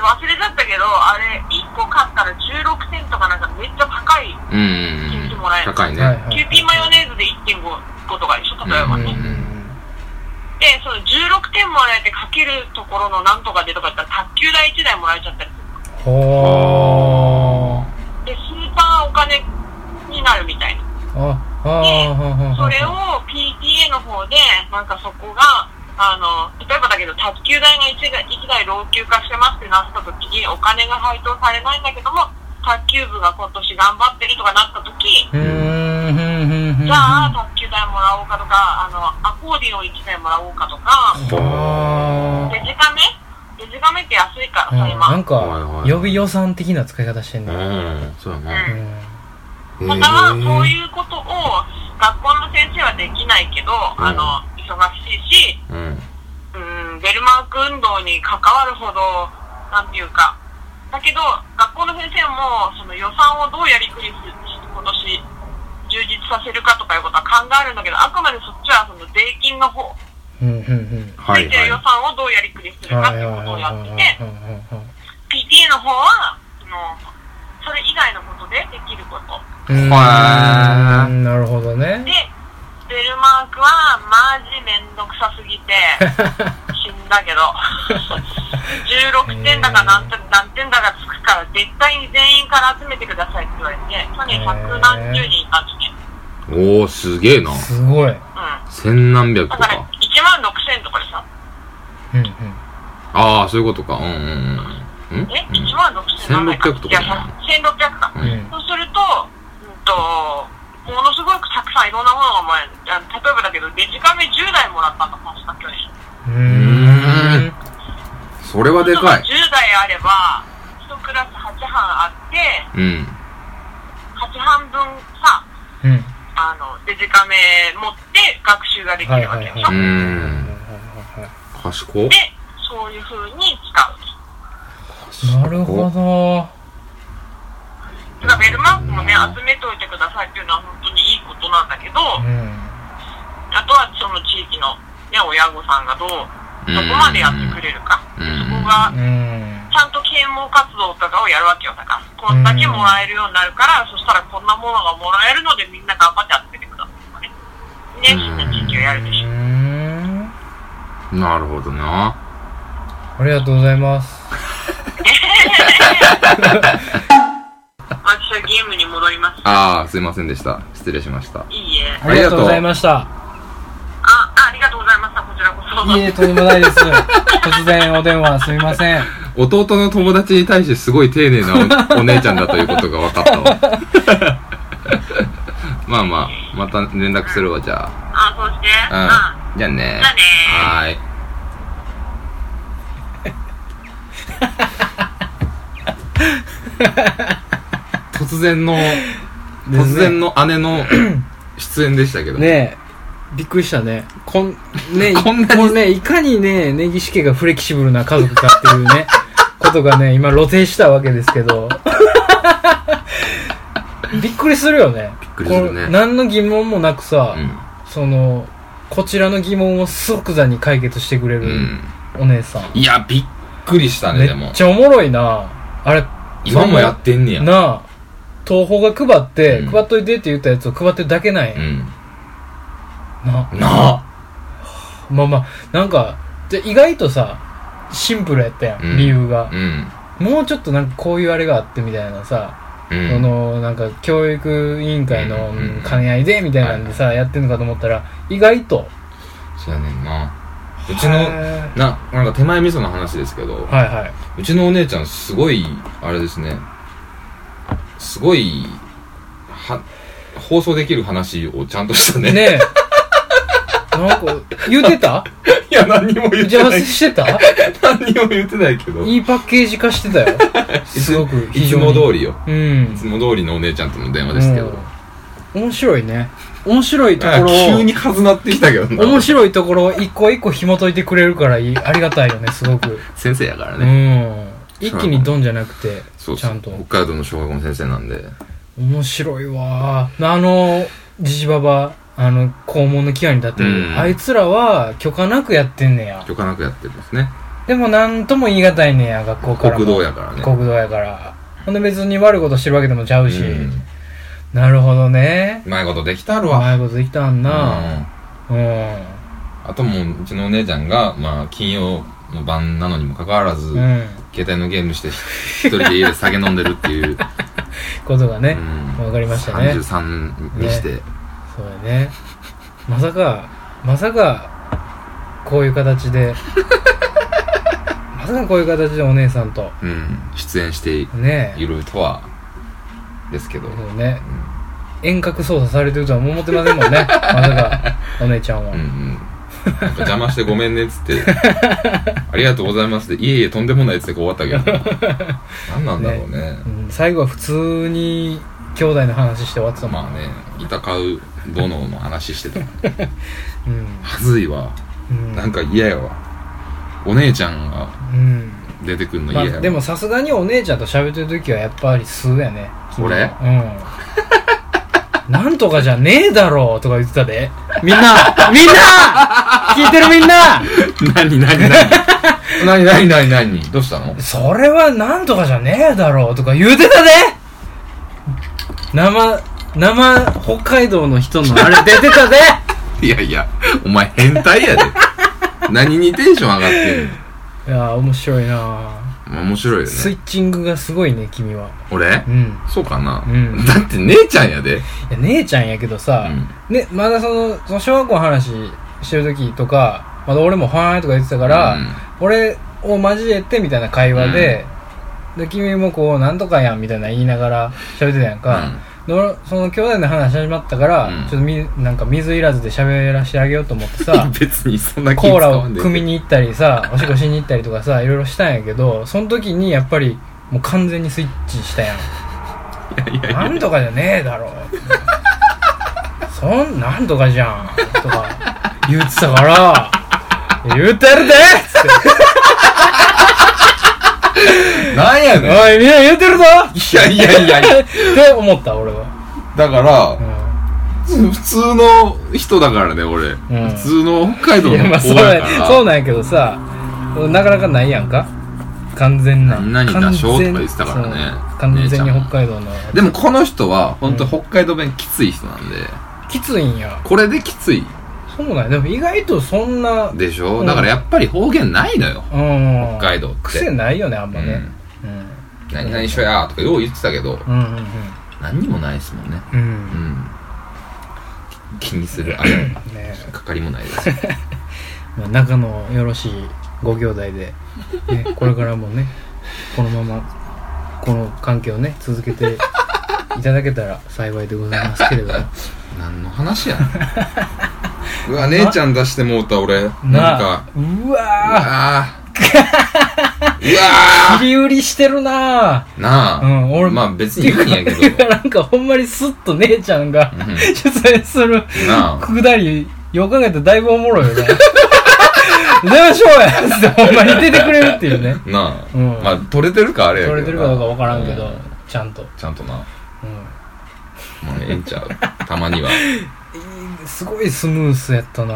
Speaker 3: で忘れちゃったけど、あれ、1個買ったら16セントかなんかめっちゃ高い。
Speaker 1: うんうんうん高い
Speaker 2: はい
Speaker 1: ね
Speaker 2: はい
Speaker 3: キューピーマヨネーズで1.5個とかでしょ例えば
Speaker 2: うん
Speaker 3: ね。
Speaker 2: うんうん
Speaker 3: で、その16点もらえてかけるところのなんとかでとか言ったら、卓球台1台もらえちゃったり
Speaker 2: ほー
Speaker 3: する。で、スーパーお金になるみたいな。
Speaker 2: あ、あーはーはーはー
Speaker 3: それを PTA の方で、なんかそこが、あの、例えばだけど、卓球台が1台 ,1 台老朽化してますってなった時に、お金が配当されないんだけども、卓球部が今年頑張ってるとかなった時、
Speaker 2: うーんふんふんふん
Speaker 3: じゃあ、卓球台もらおうかとか、あの、アコーディオン1台もらおうかとか、
Speaker 2: あ
Speaker 3: デジカメデジカメって安いから
Speaker 2: ーう
Speaker 3: さ、
Speaker 2: んな
Speaker 3: 今。
Speaker 2: ん
Speaker 1: はい
Speaker 2: か
Speaker 1: は、い
Speaker 2: 予備予算的な使い方してん
Speaker 1: う
Speaker 2: ね
Speaker 1: んそうやな
Speaker 3: う
Speaker 2: うんん
Speaker 3: またはそう
Speaker 1: う
Speaker 3: いうことを学校の先生はできないけど、
Speaker 1: ん
Speaker 3: あの忙しいし、
Speaker 1: うん
Speaker 3: うん、ベルマーク運動に関わるほど、なんていうか、だけど、学校の先生もその予算をどうやりくりする今年充実させるかとかいうことは考えるんだけど、あくまでそっちはその税金の方、
Speaker 2: うんうんうん
Speaker 1: は
Speaker 3: つ
Speaker 1: い
Speaker 3: いてる予
Speaker 1: は
Speaker 3: 算をどうやりくりするかっていうことをやってて、PTA の方は、そのそれ以外のことでできること。
Speaker 2: うん
Speaker 1: はー
Speaker 2: なるほ どね
Speaker 3: で、ベルマークはマジめんどくさすぎ て、死んだけど、16点だか何点何点だかつくから、絶対に全員から集めてくださいって言われて、去年百何十人いたんですね。
Speaker 1: いおおすげえな
Speaker 2: すごい
Speaker 3: うん。
Speaker 1: 千何百
Speaker 3: だ
Speaker 1: と
Speaker 3: から、1
Speaker 1: か
Speaker 3: 万6千とかでさ、
Speaker 2: うんうん
Speaker 1: ああそういうことかうんうんうんん
Speaker 3: え ?1 万6000何百か。
Speaker 1: 1600とか
Speaker 3: い
Speaker 1: じゃ
Speaker 3: や
Speaker 1: な、
Speaker 3: 1600か。
Speaker 1: う
Speaker 2: うんん。
Speaker 3: そうすると、うんと、ものすごくたくさんいろんなものがもらえる。あの例えばだけど、デジカメ10台もらったの、確か去
Speaker 1: ん
Speaker 2: うー
Speaker 3: 年。
Speaker 2: ん。
Speaker 1: それはでかい。
Speaker 3: 10台あれば、1クラス8班あって、
Speaker 1: うん。
Speaker 3: 8班分さ、
Speaker 2: うん。はい
Speaker 3: あの、デジカメ持って学習ができ
Speaker 2: はい
Speaker 3: るわ
Speaker 2: は
Speaker 3: け
Speaker 2: い
Speaker 3: でしょ。
Speaker 2: はい。
Speaker 1: う
Speaker 2: はい
Speaker 1: ん。
Speaker 2: は
Speaker 1: 賢っ
Speaker 3: で、そういう風に
Speaker 2: い
Speaker 3: 使う。
Speaker 2: はいなるほど。
Speaker 3: だからベルマークもね、集めておいてくださいっていうのは本当にいいことなんだけど、
Speaker 2: うん。
Speaker 3: あとはその地域の、ね、親御さんがどう、
Speaker 1: うん
Speaker 3: どこまでやってくれるか。
Speaker 1: う
Speaker 3: そ
Speaker 1: ん
Speaker 3: こが、
Speaker 2: うん。
Speaker 3: ちゃんと啓蒙活動とかをやるわけよ。だから、こんだけもらえるようになるから、そしたらこんなものがもらえるのでみんな頑張って集めてくださいとかね。ね、そんな地域をやるでしょ。
Speaker 2: うん
Speaker 1: なるほどな。
Speaker 2: ありがとうございます。
Speaker 3: 私はゲームに戻ります。
Speaker 1: ああ、すいませんでした。失礼しました。
Speaker 3: いいえ。
Speaker 1: ありがとう
Speaker 2: ございました。
Speaker 3: あ、ありがとうございました。こちらこそ。
Speaker 2: いいえ、とんでもないです。突然お電話すみません。
Speaker 1: 弟の友達に対してすごい丁寧な おお姉ちゃんだということが分かったわ。 まあまあ、また連絡するわ、じゃ
Speaker 3: あ、そうして。うん
Speaker 1: あ。うん。じゃあね。
Speaker 3: じゃあね
Speaker 1: はーい。突然の、突然の姉 の出演でしたけど。
Speaker 2: ねえ、びっくりしたね。こん、ね
Speaker 1: こんなに
Speaker 2: こうね、いかにね、根岸家がフレキシブルな家族かっていう ね、ことがね、今露呈したわけですけど。びっくりするよね。
Speaker 1: びっくりするね
Speaker 2: こう何の疑問もなくさ、
Speaker 1: う
Speaker 2: その、こちらの疑問を即座に解決してくれ
Speaker 1: ん。う
Speaker 2: る
Speaker 1: ん。
Speaker 2: お姉さん。
Speaker 1: いや、びっくりしたね、
Speaker 2: め
Speaker 1: でも
Speaker 2: っ。ちゃおもろいなあれ、
Speaker 1: 今もやってんねや。
Speaker 2: なあ、東宝が配って、
Speaker 1: うん
Speaker 2: 配っといてって言ったやつを配ってるだけなんや。
Speaker 1: うん。
Speaker 2: なあ
Speaker 1: なあ。
Speaker 2: まあまあ、なんか、で意外とさ、シンプルやったやん、
Speaker 1: うん
Speaker 2: 理由が
Speaker 1: う。ん。
Speaker 2: もうちょっとなんかこういうあれがあってみたいなさ、
Speaker 1: うん。
Speaker 2: その、なんか教育委員会の
Speaker 1: うんうん
Speaker 2: 兼ね合いでみたいなんでさ、やってんのかと思ったら、意外と。
Speaker 1: そうやねんな。うち
Speaker 2: へ
Speaker 1: の、
Speaker 2: ー
Speaker 1: な、なんか手前味噌の話ですけど、
Speaker 2: はいは
Speaker 1: うちのお姉ちゃんすごい、あれですね、すごい、は、放送できる話をちゃんとしたね。
Speaker 2: い。ねえ。なんか、言うてた
Speaker 1: いや、何にも 言
Speaker 2: 打
Speaker 1: っ
Speaker 2: ち
Speaker 1: て
Speaker 2: 合わ
Speaker 1: な
Speaker 2: せ
Speaker 1: い。
Speaker 2: してた
Speaker 1: 何にも言ってないけど。
Speaker 2: いいパッケージ化してた よ。すごく。
Speaker 1: いつも通りよ。
Speaker 2: り。う
Speaker 1: い
Speaker 2: ん
Speaker 1: つ。も通りのお姉ちゃんとの電話ですけど。
Speaker 2: うん面白いね。面白いとこ
Speaker 1: なん
Speaker 2: ろを
Speaker 1: か。急に数なってきたけどな。
Speaker 2: 面白いところを一個一個紐解いてくれるか らいいありがたいよねすごく、
Speaker 1: 先生やから
Speaker 2: う
Speaker 1: ね。
Speaker 2: ん一気にドンじゃなくて
Speaker 1: そう
Speaker 2: ち
Speaker 1: そ
Speaker 2: ゃ
Speaker 1: うん
Speaker 2: と
Speaker 1: 北海道の小学校の先生なんで。
Speaker 2: 面白いわあのジジババあの肛門の際に立ってる、
Speaker 1: うん
Speaker 2: あいつらは許可なくやってんねや
Speaker 1: 許可なくやってるんですね。
Speaker 2: でも何とも言い難いねや学校からも
Speaker 1: 国道やからね。
Speaker 2: 国道やからほんで別に悪いことしてるわけでもちゃうし、
Speaker 1: うん
Speaker 2: なるほどね
Speaker 1: うまいことできたる
Speaker 2: う
Speaker 1: わ。
Speaker 2: まいことできたんなうん
Speaker 1: あともううちのお姉ちゃんが、まあ、金曜の晩なのにもかかわらず、
Speaker 2: うん
Speaker 1: 携帯のゲームして一人で家で酒飲んでるっていう、
Speaker 2: ことが
Speaker 1: う
Speaker 2: ね、
Speaker 1: ん
Speaker 2: わかりましたね
Speaker 1: 33にして、
Speaker 2: そうだねまさかまさかこういう形でまさかこういう形でお姉さんと
Speaker 1: うん、出演してい
Speaker 2: ねえ
Speaker 1: るとはですけど、
Speaker 2: そうね遠隔操作されてるとは思ってませんもんねまさかお姉ちゃんは、
Speaker 1: うんうん、なんか邪魔してごめんねっつって ありがとうございますっていえいえとんでもないっつってこう終わったけど 何なんだろうね
Speaker 2: うん最後は普通に兄弟の話して終わってたもん、
Speaker 1: まあね板買う殿の話してた
Speaker 2: うん
Speaker 1: はずいわ
Speaker 2: うん
Speaker 1: なんか嫌やわお姉ちゃんが
Speaker 2: うん
Speaker 1: 出てくんの
Speaker 2: ま
Speaker 1: 嫌やわ、
Speaker 2: あ、でもさすがにお姉ちゃんと喋ってる時はやっぱり素やね
Speaker 1: 俺
Speaker 2: うんなんとかじゃねえだろうとか言ってたでみんなみんな聞いてるみんな
Speaker 1: 何何 何何何何何どうしたの
Speaker 2: それはなんとかじゃねえだろうとか言うてたで生生北海道の人のあれ出てたで
Speaker 1: いやいやお前変態やで何にテンション上がってんの
Speaker 2: いやー面白いな
Speaker 1: まあ面白いよ
Speaker 2: スイ
Speaker 1: ね
Speaker 2: ッチングがすごいね君は
Speaker 1: 俺
Speaker 2: うん
Speaker 1: そうかな、
Speaker 2: うん
Speaker 1: だって姉ちゃんやで
Speaker 2: いや姉ちゃんやけどさ、ね、まだその、その小学校の話してる時とか、まだ俺もはーいとか言ってたから、
Speaker 1: うん
Speaker 2: 俺を交えてみたいな会話で、で君もこうなんとかやんみたいな言いながら喋ってたやんか、で俺その兄弟の話始まったから、
Speaker 1: うん
Speaker 2: ちょっとみなんか水いらずで喋らしてあげようと思っ てさ
Speaker 1: 別にそんな気
Speaker 2: コ
Speaker 1: 使
Speaker 2: ーラ
Speaker 1: わ
Speaker 2: を
Speaker 1: んで
Speaker 2: 汲みに行ったりさおしっこしに行ったりとかさいろいろしたんやけどその時にやっぱりもう完全にスイッチしたや
Speaker 1: いや
Speaker 2: ん
Speaker 1: いやいや
Speaker 2: なんとかじゃねえだろそんなんとかじゃんとか言ってたから言うてるでつって
Speaker 1: なんや
Speaker 2: お
Speaker 1: ねん
Speaker 2: いみんな言うてるぞ
Speaker 1: いやいやいやいや
Speaker 2: って思った俺は
Speaker 1: だから
Speaker 2: う、ん
Speaker 1: 普通の人だからね俺、
Speaker 2: ん
Speaker 1: 普通の北海道
Speaker 2: いやま
Speaker 1: の
Speaker 2: あ
Speaker 1: 子
Speaker 2: そう
Speaker 1: やか
Speaker 2: や
Speaker 1: ら
Speaker 2: そうなんやけどさなかなかないやんか完全な
Speaker 1: 何々
Speaker 2: 完
Speaker 1: 出しょうと
Speaker 2: 全
Speaker 1: か言ってたからね
Speaker 2: そう完全に
Speaker 1: 姉ちゃん
Speaker 2: 北
Speaker 1: も
Speaker 2: 海道の
Speaker 1: でもこの人は本当
Speaker 2: うん
Speaker 1: 北海道弁きつい人なんで、
Speaker 2: きついんや
Speaker 1: これできつい
Speaker 2: そうなんやでも意外とそんな
Speaker 1: でしょ、
Speaker 2: うん
Speaker 1: だからやっぱり方言ないのよ
Speaker 2: うん
Speaker 1: 北海道って
Speaker 2: 癖ないよねあんまねうん
Speaker 1: 「何々しょや」とかよう言ってたけど
Speaker 2: うんうん
Speaker 1: 何にもないですもんね
Speaker 2: うんう
Speaker 1: うんん気にするあ れ
Speaker 2: ねえ
Speaker 1: かかりもないですよ
Speaker 2: まあ仲のよろしいご兄弟で、ね、これからもねこのままこの関係をね続けていただけたら幸いでございますけれども
Speaker 1: 何の話やねん うわ姉ちゃん出してもうた俺なん
Speaker 2: なあ
Speaker 1: か
Speaker 2: う
Speaker 1: う
Speaker 2: わ
Speaker 1: わーう
Speaker 2: ー
Speaker 1: わ
Speaker 2: 切り売りしてるな
Speaker 1: ーなあ、
Speaker 2: うん俺
Speaker 1: まあ別にいいんやけ
Speaker 2: ぁ
Speaker 1: ど
Speaker 2: てかなんかほんまにスッと姉ちゃんが
Speaker 1: うん
Speaker 2: 出演する
Speaker 1: なあ
Speaker 2: くだりよう考えたらだいぶおもろいよねどうしようやつってほんまに出てくれるっていうね
Speaker 1: なあ、
Speaker 2: うん
Speaker 1: まあ取れてるかあれやけど
Speaker 2: 取れてるかどうかわからんけど、
Speaker 1: う
Speaker 2: ちゃんと、
Speaker 1: ちゃんとな
Speaker 2: う
Speaker 1: まあええんちゃうたまには
Speaker 2: ん、すごいスムースやった な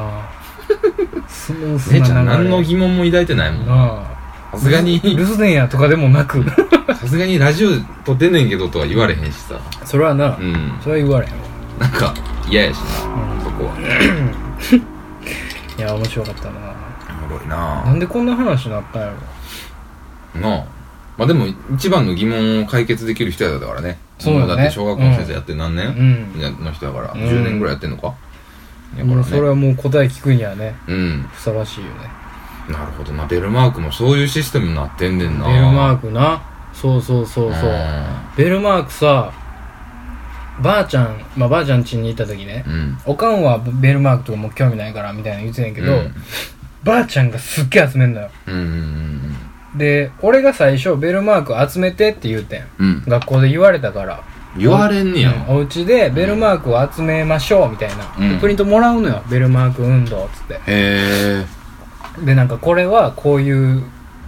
Speaker 2: スムースな
Speaker 1: 姉ちゃん
Speaker 2: 流れ
Speaker 1: 何の疑問も抱いてないもん
Speaker 2: なあ
Speaker 1: さすがに
Speaker 2: 留守電やとかでもな く
Speaker 1: さすがにラジオ撮ってんねんけどとは言われへんしさ
Speaker 2: それはな、
Speaker 1: うん
Speaker 2: それは言われへんわ、
Speaker 1: なんか嫌やし
Speaker 2: う
Speaker 1: なんそこは
Speaker 2: いや面白かったな
Speaker 1: おもろい
Speaker 2: な
Speaker 1: なん
Speaker 2: でこんな話になったんやろ
Speaker 1: あなあまあでも一番の疑問を解決できる人やだからね
Speaker 2: そうだね
Speaker 1: もって小学校の先生やって何
Speaker 2: う
Speaker 1: 年、
Speaker 2: ん
Speaker 1: やの人やから、
Speaker 2: うん
Speaker 1: 10年ぐらいやってんのかやから
Speaker 2: もう
Speaker 1: ね
Speaker 2: それはもう答え聞くにはね
Speaker 1: うん
Speaker 2: ふさわしいよね
Speaker 1: なるほどなベルマークもそういうシステムになってんねんな
Speaker 2: ベルマー
Speaker 1: ク
Speaker 2: クなそうそうそうそうベルマークさばあちゃんまあばあちゃん家にいた時ね
Speaker 1: うん
Speaker 2: おかんはベルマークとかもう興味ないからみたいなの言ってたんやけど、
Speaker 1: うん
Speaker 2: ばあちゃんがすっげえ集めんのよ
Speaker 1: うんうん
Speaker 2: で俺が最初ベルマーク集めてって言うてん
Speaker 1: うんうん
Speaker 2: 学校で言われたから
Speaker 1: 言われんねや
Speaker 2: うんお家でベルマークを集めましょうみたいな、
Speaker 1: うん
Speaker 2: プリントもらうのよベルマーク運動っつって
Speaker 1: へえ
Speaker 2: でなんかこれはこういう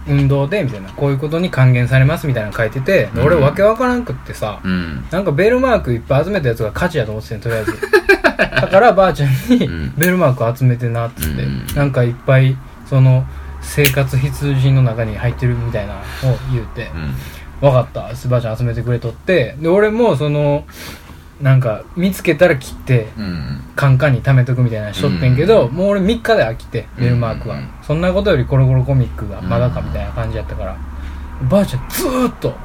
Speaker 2: 運動でみたいなこういうことに還元されますみたいなの書いててで俺
Speaker 1: うん
Speaker 2: わけわからんくってさ、
Speaker 1: うん
Speaker 2: なんかベルマークいっぱい集めたやつが勝ちやと思ってたんとりあえ ずだからばあちゃんに
Speaker 1: うん
Speaker 2: 「ベルマーク集めてな」っつって、
Speaker 1: うん
Speaker 2: なんかいっぱいその生活必需品の中に入ってるみたいなのを言うて
Speaker 1: うん
Speaker 2: 「分かったつってばあちゃん集めてくれとって」で俺もそのなんか見つけたら切って
Speaker 1: うん
Speaker 2: カンカンに貯めとくみたいなのしとってんけど、もう俺3日で飽きてベルマークは、
Speaker 1: うん
Speaker 2: そんなことよりコロコロコミックがまだかみたいな感じやったから、ばあちゃんずーっと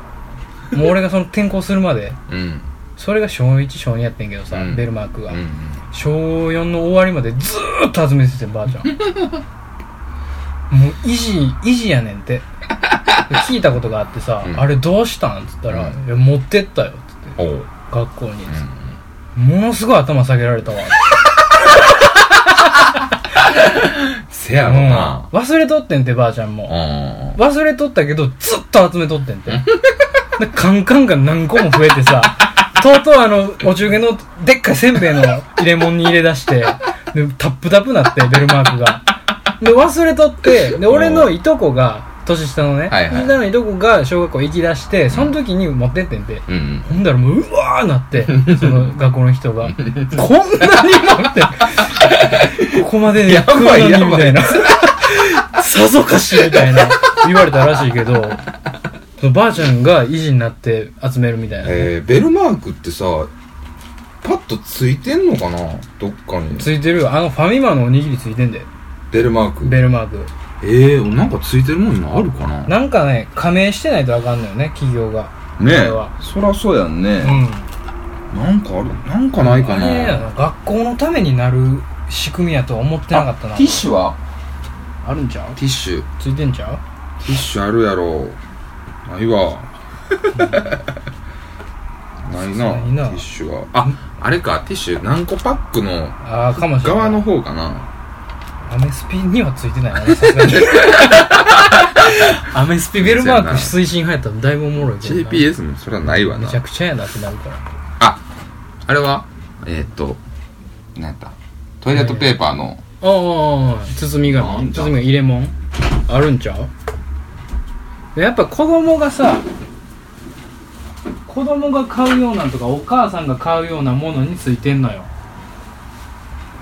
Speaker 2: もう俺がその転校するまで
Speaker 1: うん
Speaker 2: それが小1小2やってんけどさ、
Speaker 1: うん
Speaker 2: ベルマークが、
Speaker 1: うん
Speaker 2: 小4の終わりまでずーっと集めててばあちゃんもう維持維持やねんって聞いたことがあってさ「
Speaker 1: うん
Speaker 2: あれどうしたん?」っつった
Speaker 1: う
Speaker 2: ら「
Speaker 1: ん
Speaker 2: いや持ってったよ」っつって
Speaker 1: おう
Speaker 2: 学校に、
Speaker 1: う
Speaker 2: ものすごい頭下げられたわ
Speaker 1: んせやろな
Speaker 2: うん忘れとってんてばあちゃん
Speaker 1: う
Speaker 2: も
Speaker 1: ん
Speaker 2: 忘れとったけどずっと集めとってんてでカンカンが何個も増えてさとうとうあのお中元のでっかいせんべいの入れ物に入れ出してでタップタップなってベルマークがで忘れとってで俺のいとこが年下のね、
Speaker 1: はいはい
Speaker 2: 年下のいとこが小学校行き出してその時に持ってってんて
Speaker 1: うん
Speaker 2: ほんだらもううわーなってその学校の 人がこんなにもってここまで
Speaker 1: やばい
Speaker 2: 来るの
Speaker 1: や
Speaker 2: に
Speaker 1: ばい
Speaker 2: みたいなさぞかしみたいな言われたらしいけどそのばあちゃんが維持になって集めるみたいな、
Speaker 1: えーベルマークってさパッとついてんのかなどっかに
Speaker 2: ついてるよあのファミマのおにぎりついてんだよ
Speaker 1: ベルマーク
Speaker 2: ベルマーク
Speaker 1: えーなんかついてるもん今あるかな
Speaker 2: なんかね加盟してないとあかんのよね企業が
Speaker 1: ね
Speaker 2: こ
Speaker 1: え
Speaker 2: れは
Speaker 1: そらそうやん
Speaker 2: う
Speaker 1: ね
Speaker 2: ん
Speaker 1: なんかあるなんかないか
Speaker 2: あれや
Speaker 1: な
Speaker 2: な学校のためになる仕組みやとは思ってなかったな
Speaker 1: あティッシュは
Speaker 2: あるんちゃう
Speaker 1: ティッシュ
Speaker 2: ついてんちゃう
Speaker 1: ティッシュあるやろないわない
Speaker 2: さすがにな
Speaker 1: なティッシュはああれかティッシュ何個パックの
Speaker 2: ああ、かもしれない。
Speaker 1: 側の方かな
Speaker 2: アメスピにはついてないあれさすが にアメスピベルマーク推進派やったらだいぶおもろいけどな
Speaker 1: GPS もそれはないわ
Speaker 2: め
Speaker 1: な
Speaker 2: ちゃくちゃやなってなるから
Speaker 1: ああれはえーっと何やったトイレットペーパーの
Speaker 2: おうおうおう包み
Speaker 1: あ
Speaker 2: 紙
Speaker 1: んた
Speaker 2: 包み紙入れもんあるんちゃうやっぱ子供がさ子供が買うようなんとかお母さんが買うようなものについてんのよ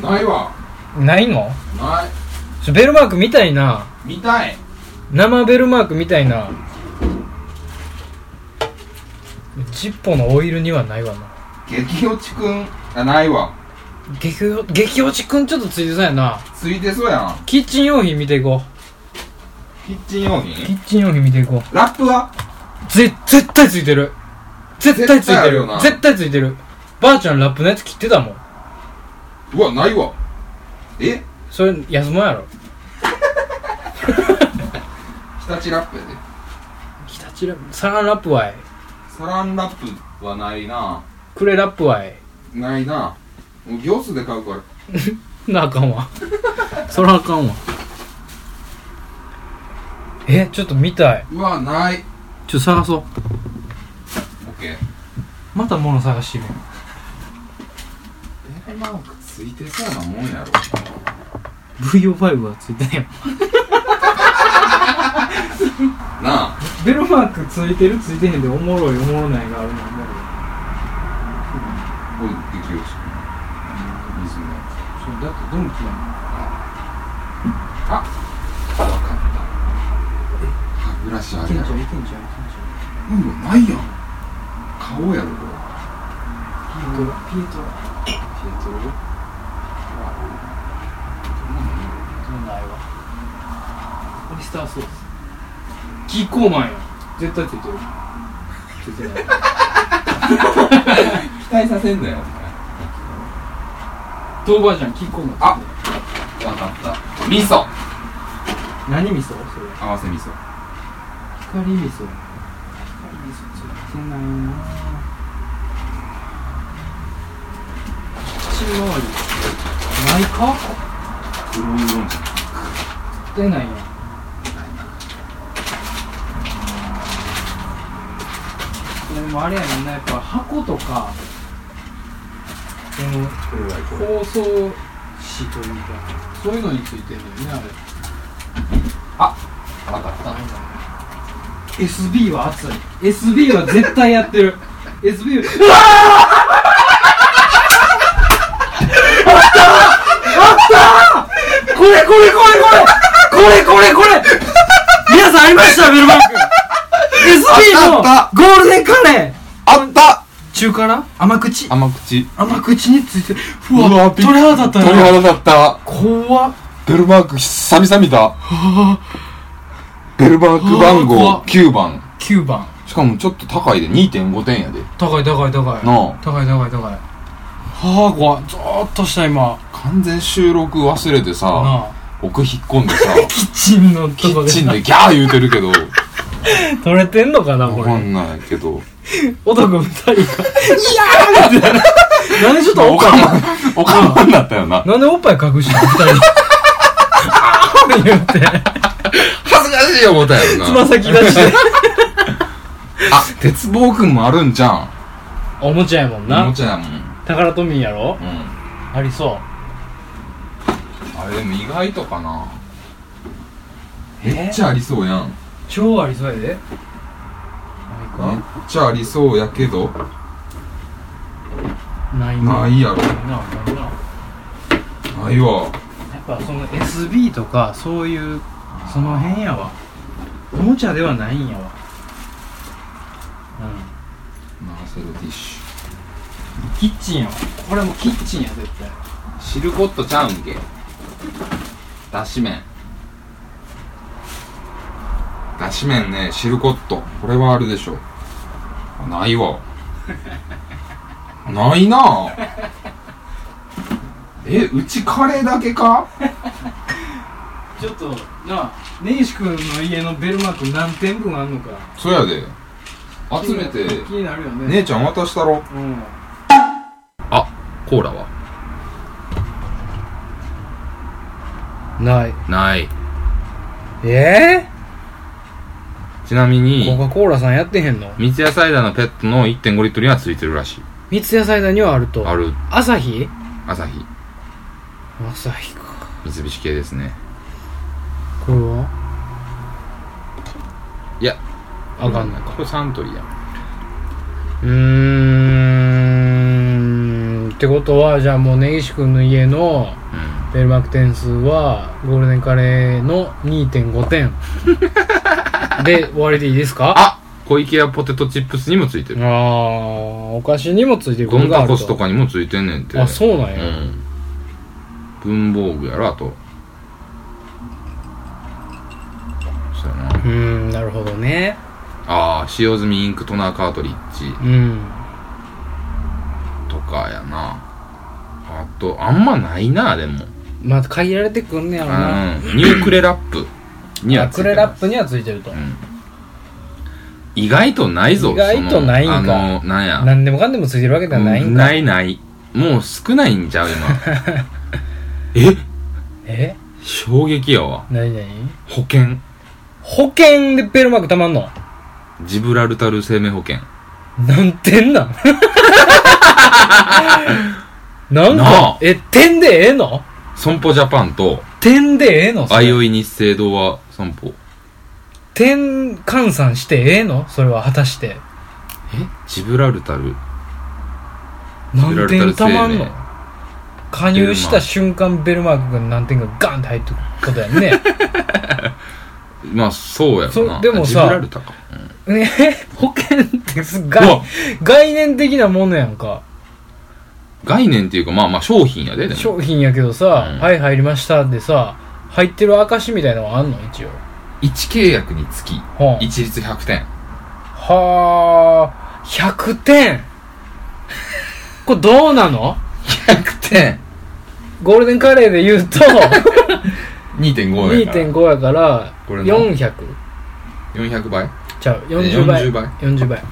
Speaker 1: ないわ
Speaker 2: ないの
Speaker 1: ない
Speaker 2: ちょベルマークみたいな
Speaker 1: 見たい
Speaker 2: 生ベルマークみたいなジッポのオイルにはないわな
Speaker 1: 激落ちくんあないわ
Speaker 2: 激お激落ちくんちょっとついてそうやな
Speaker 1: ついてそうやん
Speaker 2: キッチン用品見ていこ
Speaker 1: キッチン用
Speaker 2: うキ
Speaker 1: 品
Speaker 2: ッチン用品見ていこう
Speaker 1: ラップは
Speaker 2: ぜ絶対ついてる絶対つ
Speaker 1: 絶
Speaker 2: い
Speaker 1: 対あ
Speaker 2: て
Speaker 1: る
Speaker 2: る
Speaker 1: よな
Speaker 2: 絶対ついてるばあちゃんラップのやつ切ってたもん
Speaker 1: うわないわえ
Speaker 2: それ安物やろ
Speaker 1: 日立ラップやで
Speaker 2: 日立ラップサランラップワイ
Speaker 1: サランラップはないな
Speaker 2: クレラップワイ
Speaker 1: ないなもう行数で買うから
Speaker 2: なあかんわ そらあかんわえちょっと見たいう
Speaker 1: わない
Speaker 2: ちょっと探そう
Speaker 1: オッケー
Speaker 2: また物探してるやん
Speaker 1: ベルマークついてそうなもんやろ
Speaker 2: VO5 はついてないやん
Speaker 1: なあ
Speaker 2: ベルマークついてるついてへんでおもろいおもろないがあるのおもろい
Speaker 1: おい激落ちくん水の
Speaker 2: そうだってドンキやもん
Speaker 1: あわかった歯ブラシあるやろ
Speaker 2: いけんちゃう
Speaker 1: うんないやん買おうやろこれ
Speaker 2: ピエトラ
Speaker 1: ピエトロ
Speaker 2: のないわオイスターソースキーコーマンや絶対ついてるついてない
Speaker 1: 期待させんなよ
Speaker 2: 豆板醤キーコーマンついて
Speaker 1: わかった味噌
Speaker 2: る何味噌それ
Speaker 1: 合わせ味噌
Speaker 2: 光味噌光味噌ついてないな口周りないか
Speaker 1: 黒ウーロン茶
Speaker 2: 出ないやでもあれやねんなやっぱ箱とか
Speaker 1: これはいこ
Speaker 2: その包装紙というかそういうのについてるのよねあ
Speaker 1: れ
Speaker 2: れ
Speaker 1: わかった
Speaker 2: SB は熱い SB は絶対やってる SB あったーあったーこれこれこれこれこれこれこれ皆さんありましたベルマーク SB
Speaker 1: あ
Speaker 2: の
Speaker 1: ったあっ
Speaker 2: ゴールデンカレー
Speaker 1: あった
Speaker 2: 中辛甘口
Speaker 1: 甘口
Speaker 2: 甘口についてるう
Speaker 1: う
Speaker 2: わ
Speaker 1: わびっ
Speaker 2: 鳥肌だった
Speaker 1: 鳥
Speaker 2: よ
Speaker 1: 肌だった
Speaker 2: 怖っ
Speaker 1: ベルマーク久々見たベルマーク番
Speaker 2: はあ怖
Speaker 1: 号
Speaker 2: っ
Speaker 1: 9番
Speaker 2: 9番
Speaker 1: しかもちょっと高いで2.5点やで
Speaker 2: 高い高い高い
Speaker 1: なあ
Speaker 2: 高い高い高いはあ怖いゾーっとした今
Speaker 1: 完全収録忘れてさ
Speaker 2: なあ
Speaker 1: 奥引っ込んで さ
Speaker 2: キッチンの
Speaker 1: キ
Speaker 2: とこ
Speaker 1: ッ
Speaker 2: で
Speaker 1: チンでギャー言うてるけ ど
Speaker 2: 取れてんのかなこ
Speaker 1: わか
Speaker 2: れ
Speaker 1: んないけど
Speaker 2: 男二人が「いやー!」みたいななんでちょっとお
Speaker 1: お
Speaker 2: っぱ
Speaker 1: か
Speaker 2: い
Speaker 1: まおかまになったよな
Speaker 2: なんでおっぱい隠してんの二人あー言って
Speaker 1: 恥ずかしい思ったよ
Speaker 2: つま先出して
Speaker 1: あ鉄棒くんもあるんじゃん
Speaker 2: おもちゃやもん
Speaker 1: おも
Speaker 2: な
Speaker 1: ちゃやもん
Speaker 2: 宝富美やろ
Speaker 1: うん
Speaker 2: ありそう
Speaker 1: あれでも意外とかなめ
Speaker 2: え
Speaker 1: っちゃありそうやん
Speaker 2: 超ありそうやで
Speaker 1: め
Speaker 2: な
Speaker 1: っ
Speaker 2: い
Speaker 1: ちゃありそうやけど
Speaker 2: かないな
Speaker 1: ないやろ
Speaker 2: なないな
Speaker 1: ないわ
Speaker 2: やっぱその SB とかそういうその辺やわおもちゃではないんやわうん
Speaker 1: ナーセルティッシ
Speaker 2: キッチンやわこれもキッチンや絶対
Speaker 1: ュ汁コットちゃうんけだし麺だし麺ね汁コットこれはあるでしょあない わないなあえうちカレーだけか
Speaker 2: ちょっとなあ根岸君の家のベルマーク何点分あんのか
Speaker 1: そやで集めて
Speaker 4: 気になるよね
Speaker 1: 姉ちゃん渡したろ
Speaker 4: うん
Speaker 1: コーラは
Speaker 2: ない。
Speaker 1: ない
Speaker 2: え
Speaker 1: ちなみ
Speaker 2: えー、
Speaker 1: に
Speaker 2: コカ・コーラさんやってへんの
Speaker 1: 三ツ矢サイダーのペットの1.5リットルにはついてるらしい
Speaker 2: 三ツ矢サイダーにはあると。
Speaker 1: ある
Speaker 2: 朝日
Speaker 1: 朝日
Speaker 2: 朝日か。
Speaker 1: 三菱系ですね
Speaker 2: これはい
Speaker 1: や
Speaker 2: あかんないか。
Speaker 1: これサントリーや
Speaker 2: うーん。ってことは、じゃあもう根岸君の家の
Speaker 1: うん
Speaker 2: ベルマーク点数は、ゴールデンカレーの2.5点。 で、終わりでいいですか
Speaker 1: あ小池やポテトチップスにもついて
Speaker 2: あ
Speaker 1: る
Speaker 2: ー、お菓子にもついてるこ
Speaker 1: ゴ
Speaker 2: と
Speaker 1: ン
Speaker 2: があ
Speaker 1: タ
Speaker 2: る
Speaker 1: コ
Speaker 2: と
Speaker 1: スとかにもついてんねんて
Speaker 2: あ、そうなん
Speaker 1: う
Speaker 2: や。
Speaker 1: ん文房具やろあとそうやな
Speaker 2: うーん、なるほどね。
Speaker 1: ああ使用済みインクトナーカートリッジ
Speaker 2: うん。
Speaker 1: とかやなあとあんまないなでも
Speaker 2: まあ、限られてくんねやろな。
Speaker 1: うんニュークレラップには
Speaker 2: あ
Speaker 1: つい
Speaker 2: ク
Speaker 1: て
Speaker 2: レ
Speaker 1: ま
Speaker 2: ラッ
Speaker 1: す
Speaker 2: プにはついてると
Speaker 1: う。ん意外とないぞ
Speaker 2: 意外とないんか
Speaker 1: そのあのなんや
Speaker 2: 何でもかんでもついてるわけではないんか。
Speaker 1: ないないもう少ないんちゃう 今え
Speaker 2: え
Speaker 1: 衝撃やわ
Speaker 2: なになに
Speaker 1: 保険
Speaker 2: 保険でベルマークたまんの
Speaker 1: ジブラルタル生命保険
Speaker 2: なんてんなん なん
Speaker 1: なあ
Speaker 2: か、え、点でええの
Speaker 1: 損保ジャパンと
Speaker 2: 点でええのそ
Speaker 1: あ
Speaker 2: れ
Speaker 1: いおい日清同和損保
Speaker 2: 点換算してええのそれは果たして。
Speaker 1: えジブラルタル
Speaker 2: 何点たまん
Speaker 1: ベルマ
Speaker 2: の
Speaker 1: ーク
Speaker 2: 加入した瞬間ベルマークが何点かガンって入ってくることやん ね。
Speaker 1: まあそうやろな
Speaker 2: そうでもさ
Speaker 1: ジブラルタか、
Speaker 2: ね保険ってす
Speaker 1: う
Speaker 2: 概
Speaker 1: わ
Speaker 2: 概念的なものやんか。
Speaker 1: 概念っていうかまあまあ商品やででも
Speaker 2: 商品やけどさ、
Speaker 1: うん
Speaker 2: はい入りましたでさ、入ってる証みたいなのはあんの一応。
Speaker 1: 1契約につき
Speaker 2: は
Speaker 1: 一律100点
Speaker 2: あ、はあ、100点 これどうなの
Speaker 1: 100点
Speaker 2: ゴールデンカレーで言う と、
Speaker 1: 2.5やから
Speaker 2: 2.5やから、
Speaker 1: これな
Speaker 2: 400。
Speaker 1: 400倍
Speaker 2: ちゃう、40倍。
Speaker 1: 40倍
Speaker 2: 40倍。
Speaker 1: 40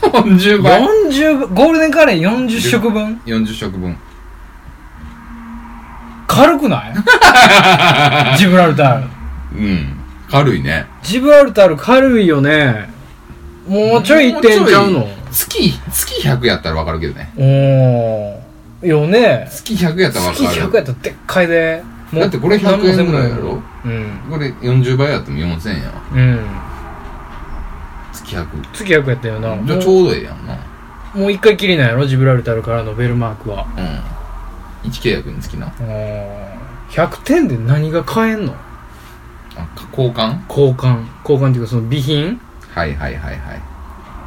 Speaker 2: 40倍ゴールデンカレー40食分
Speaker 1: 40食分
Speaker 2: 軽くない ジブラルタール。
Speaker 1: うん軽いね
Speaker 2: ジブラルタール軽いよね。もうちょい1点ちゃう
Speaker 1: もち
Speaker 2: の
Speaker 1: ょい月月100やったらわかるけどね
Speaker 2: おーよね
Speaker 1: 月100やったらわ
Speaker 2: 月
Speaker 1: か
Speaker 2: 100や
Speaker 1: る
Speaker 2: ったらでっかいでもう
Speaker 1: だってこれ
Speaker 2: 何も
Speaker 1: 100円
Speaker 2: せん
Speaker 1: ぐ
Speaker 2: もん
Speaker 1: らいやろ
Speaker 2: うん
Speaker 1: これ40倍やっても4000円やわ
Speaker 2: うん
Speaker 1: 月100
Speaker 2: 月100やったよな
Speaker 1: じゃあち
Speaker 2: も
Speaker 1: ょうどええやんな
Speaker 2: うもう一回きりなんやろジブラルタルからのベルマークは
Speaker 1: うん1契約につきな
Speaker 2: おー100点で何が買えんの
Speaker 1: あか交換
Speaker 2: 交換交換っていうかその備品
Speaker 1: はいはいはいはい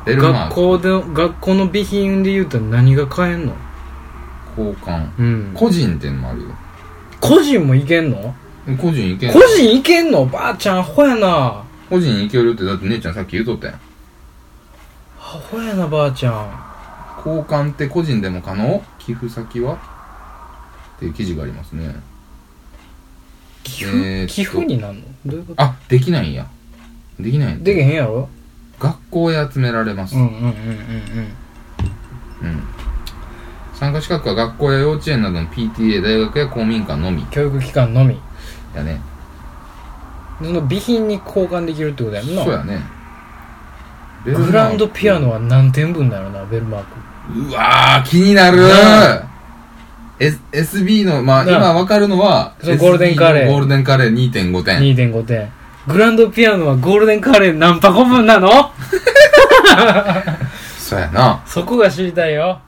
Speaker 1: ベルマーク
Speaker 2: 学校で学校の備品で言うと何が買えんの
Speaker 1: 交換
Speaker 2: うん
Speaker 1: 個人っていうのもあるよ
Speaker 2: 個人もいけんの
Speaker 1: 個人いけん
Speaker 2: 個人いけんのばあちゃんアホやな
Speaker 1: 個人いけるってだって姉ちゃんさっき言うとったやん
Speaker 2: アホやなばあちゃん
Speaker 1: 交換って個人でも可能寄付先はっていう記事がありますね
Speaker 2: 寄
Speaker 1: えー
Speaker 2: 付
Speaker 1: っと
Speaker 2: 寄付になんのどういうこと
Speaker 1: あできないんやできないんや
Speaker 2: でけへんやろ
Speaker 1: 学校へ集められます、
Speaker 2: うんうんうんうんうん
Speaker 1: うん参加資格は学校や幼稚園などの PTA 大学や公民館のみ
Speaker 2: 教育機関のみ
Speaker 1: やね
Speaker 2: その備品に交換できるってことやんな
Speaker 1: そうやねベルマーク
Speaker 2: グランドピアノは何点分だろうなベルマーク
Speaker 1: うわー気になる
Speaker 2: な
Speaker 1: S SB のまあ
Speaker 2: なあ
Speaker 1: 今わかるのは
Speaker 2: そうゴールデンカレー
Speaker 1: SB のゴールデンカレー2.5点
Speaker 2: 2.5点グランドピアノはゴールデンカレー何箱分なの
Speaker 1: そうやな
Speaker 2: そこが知りたいよ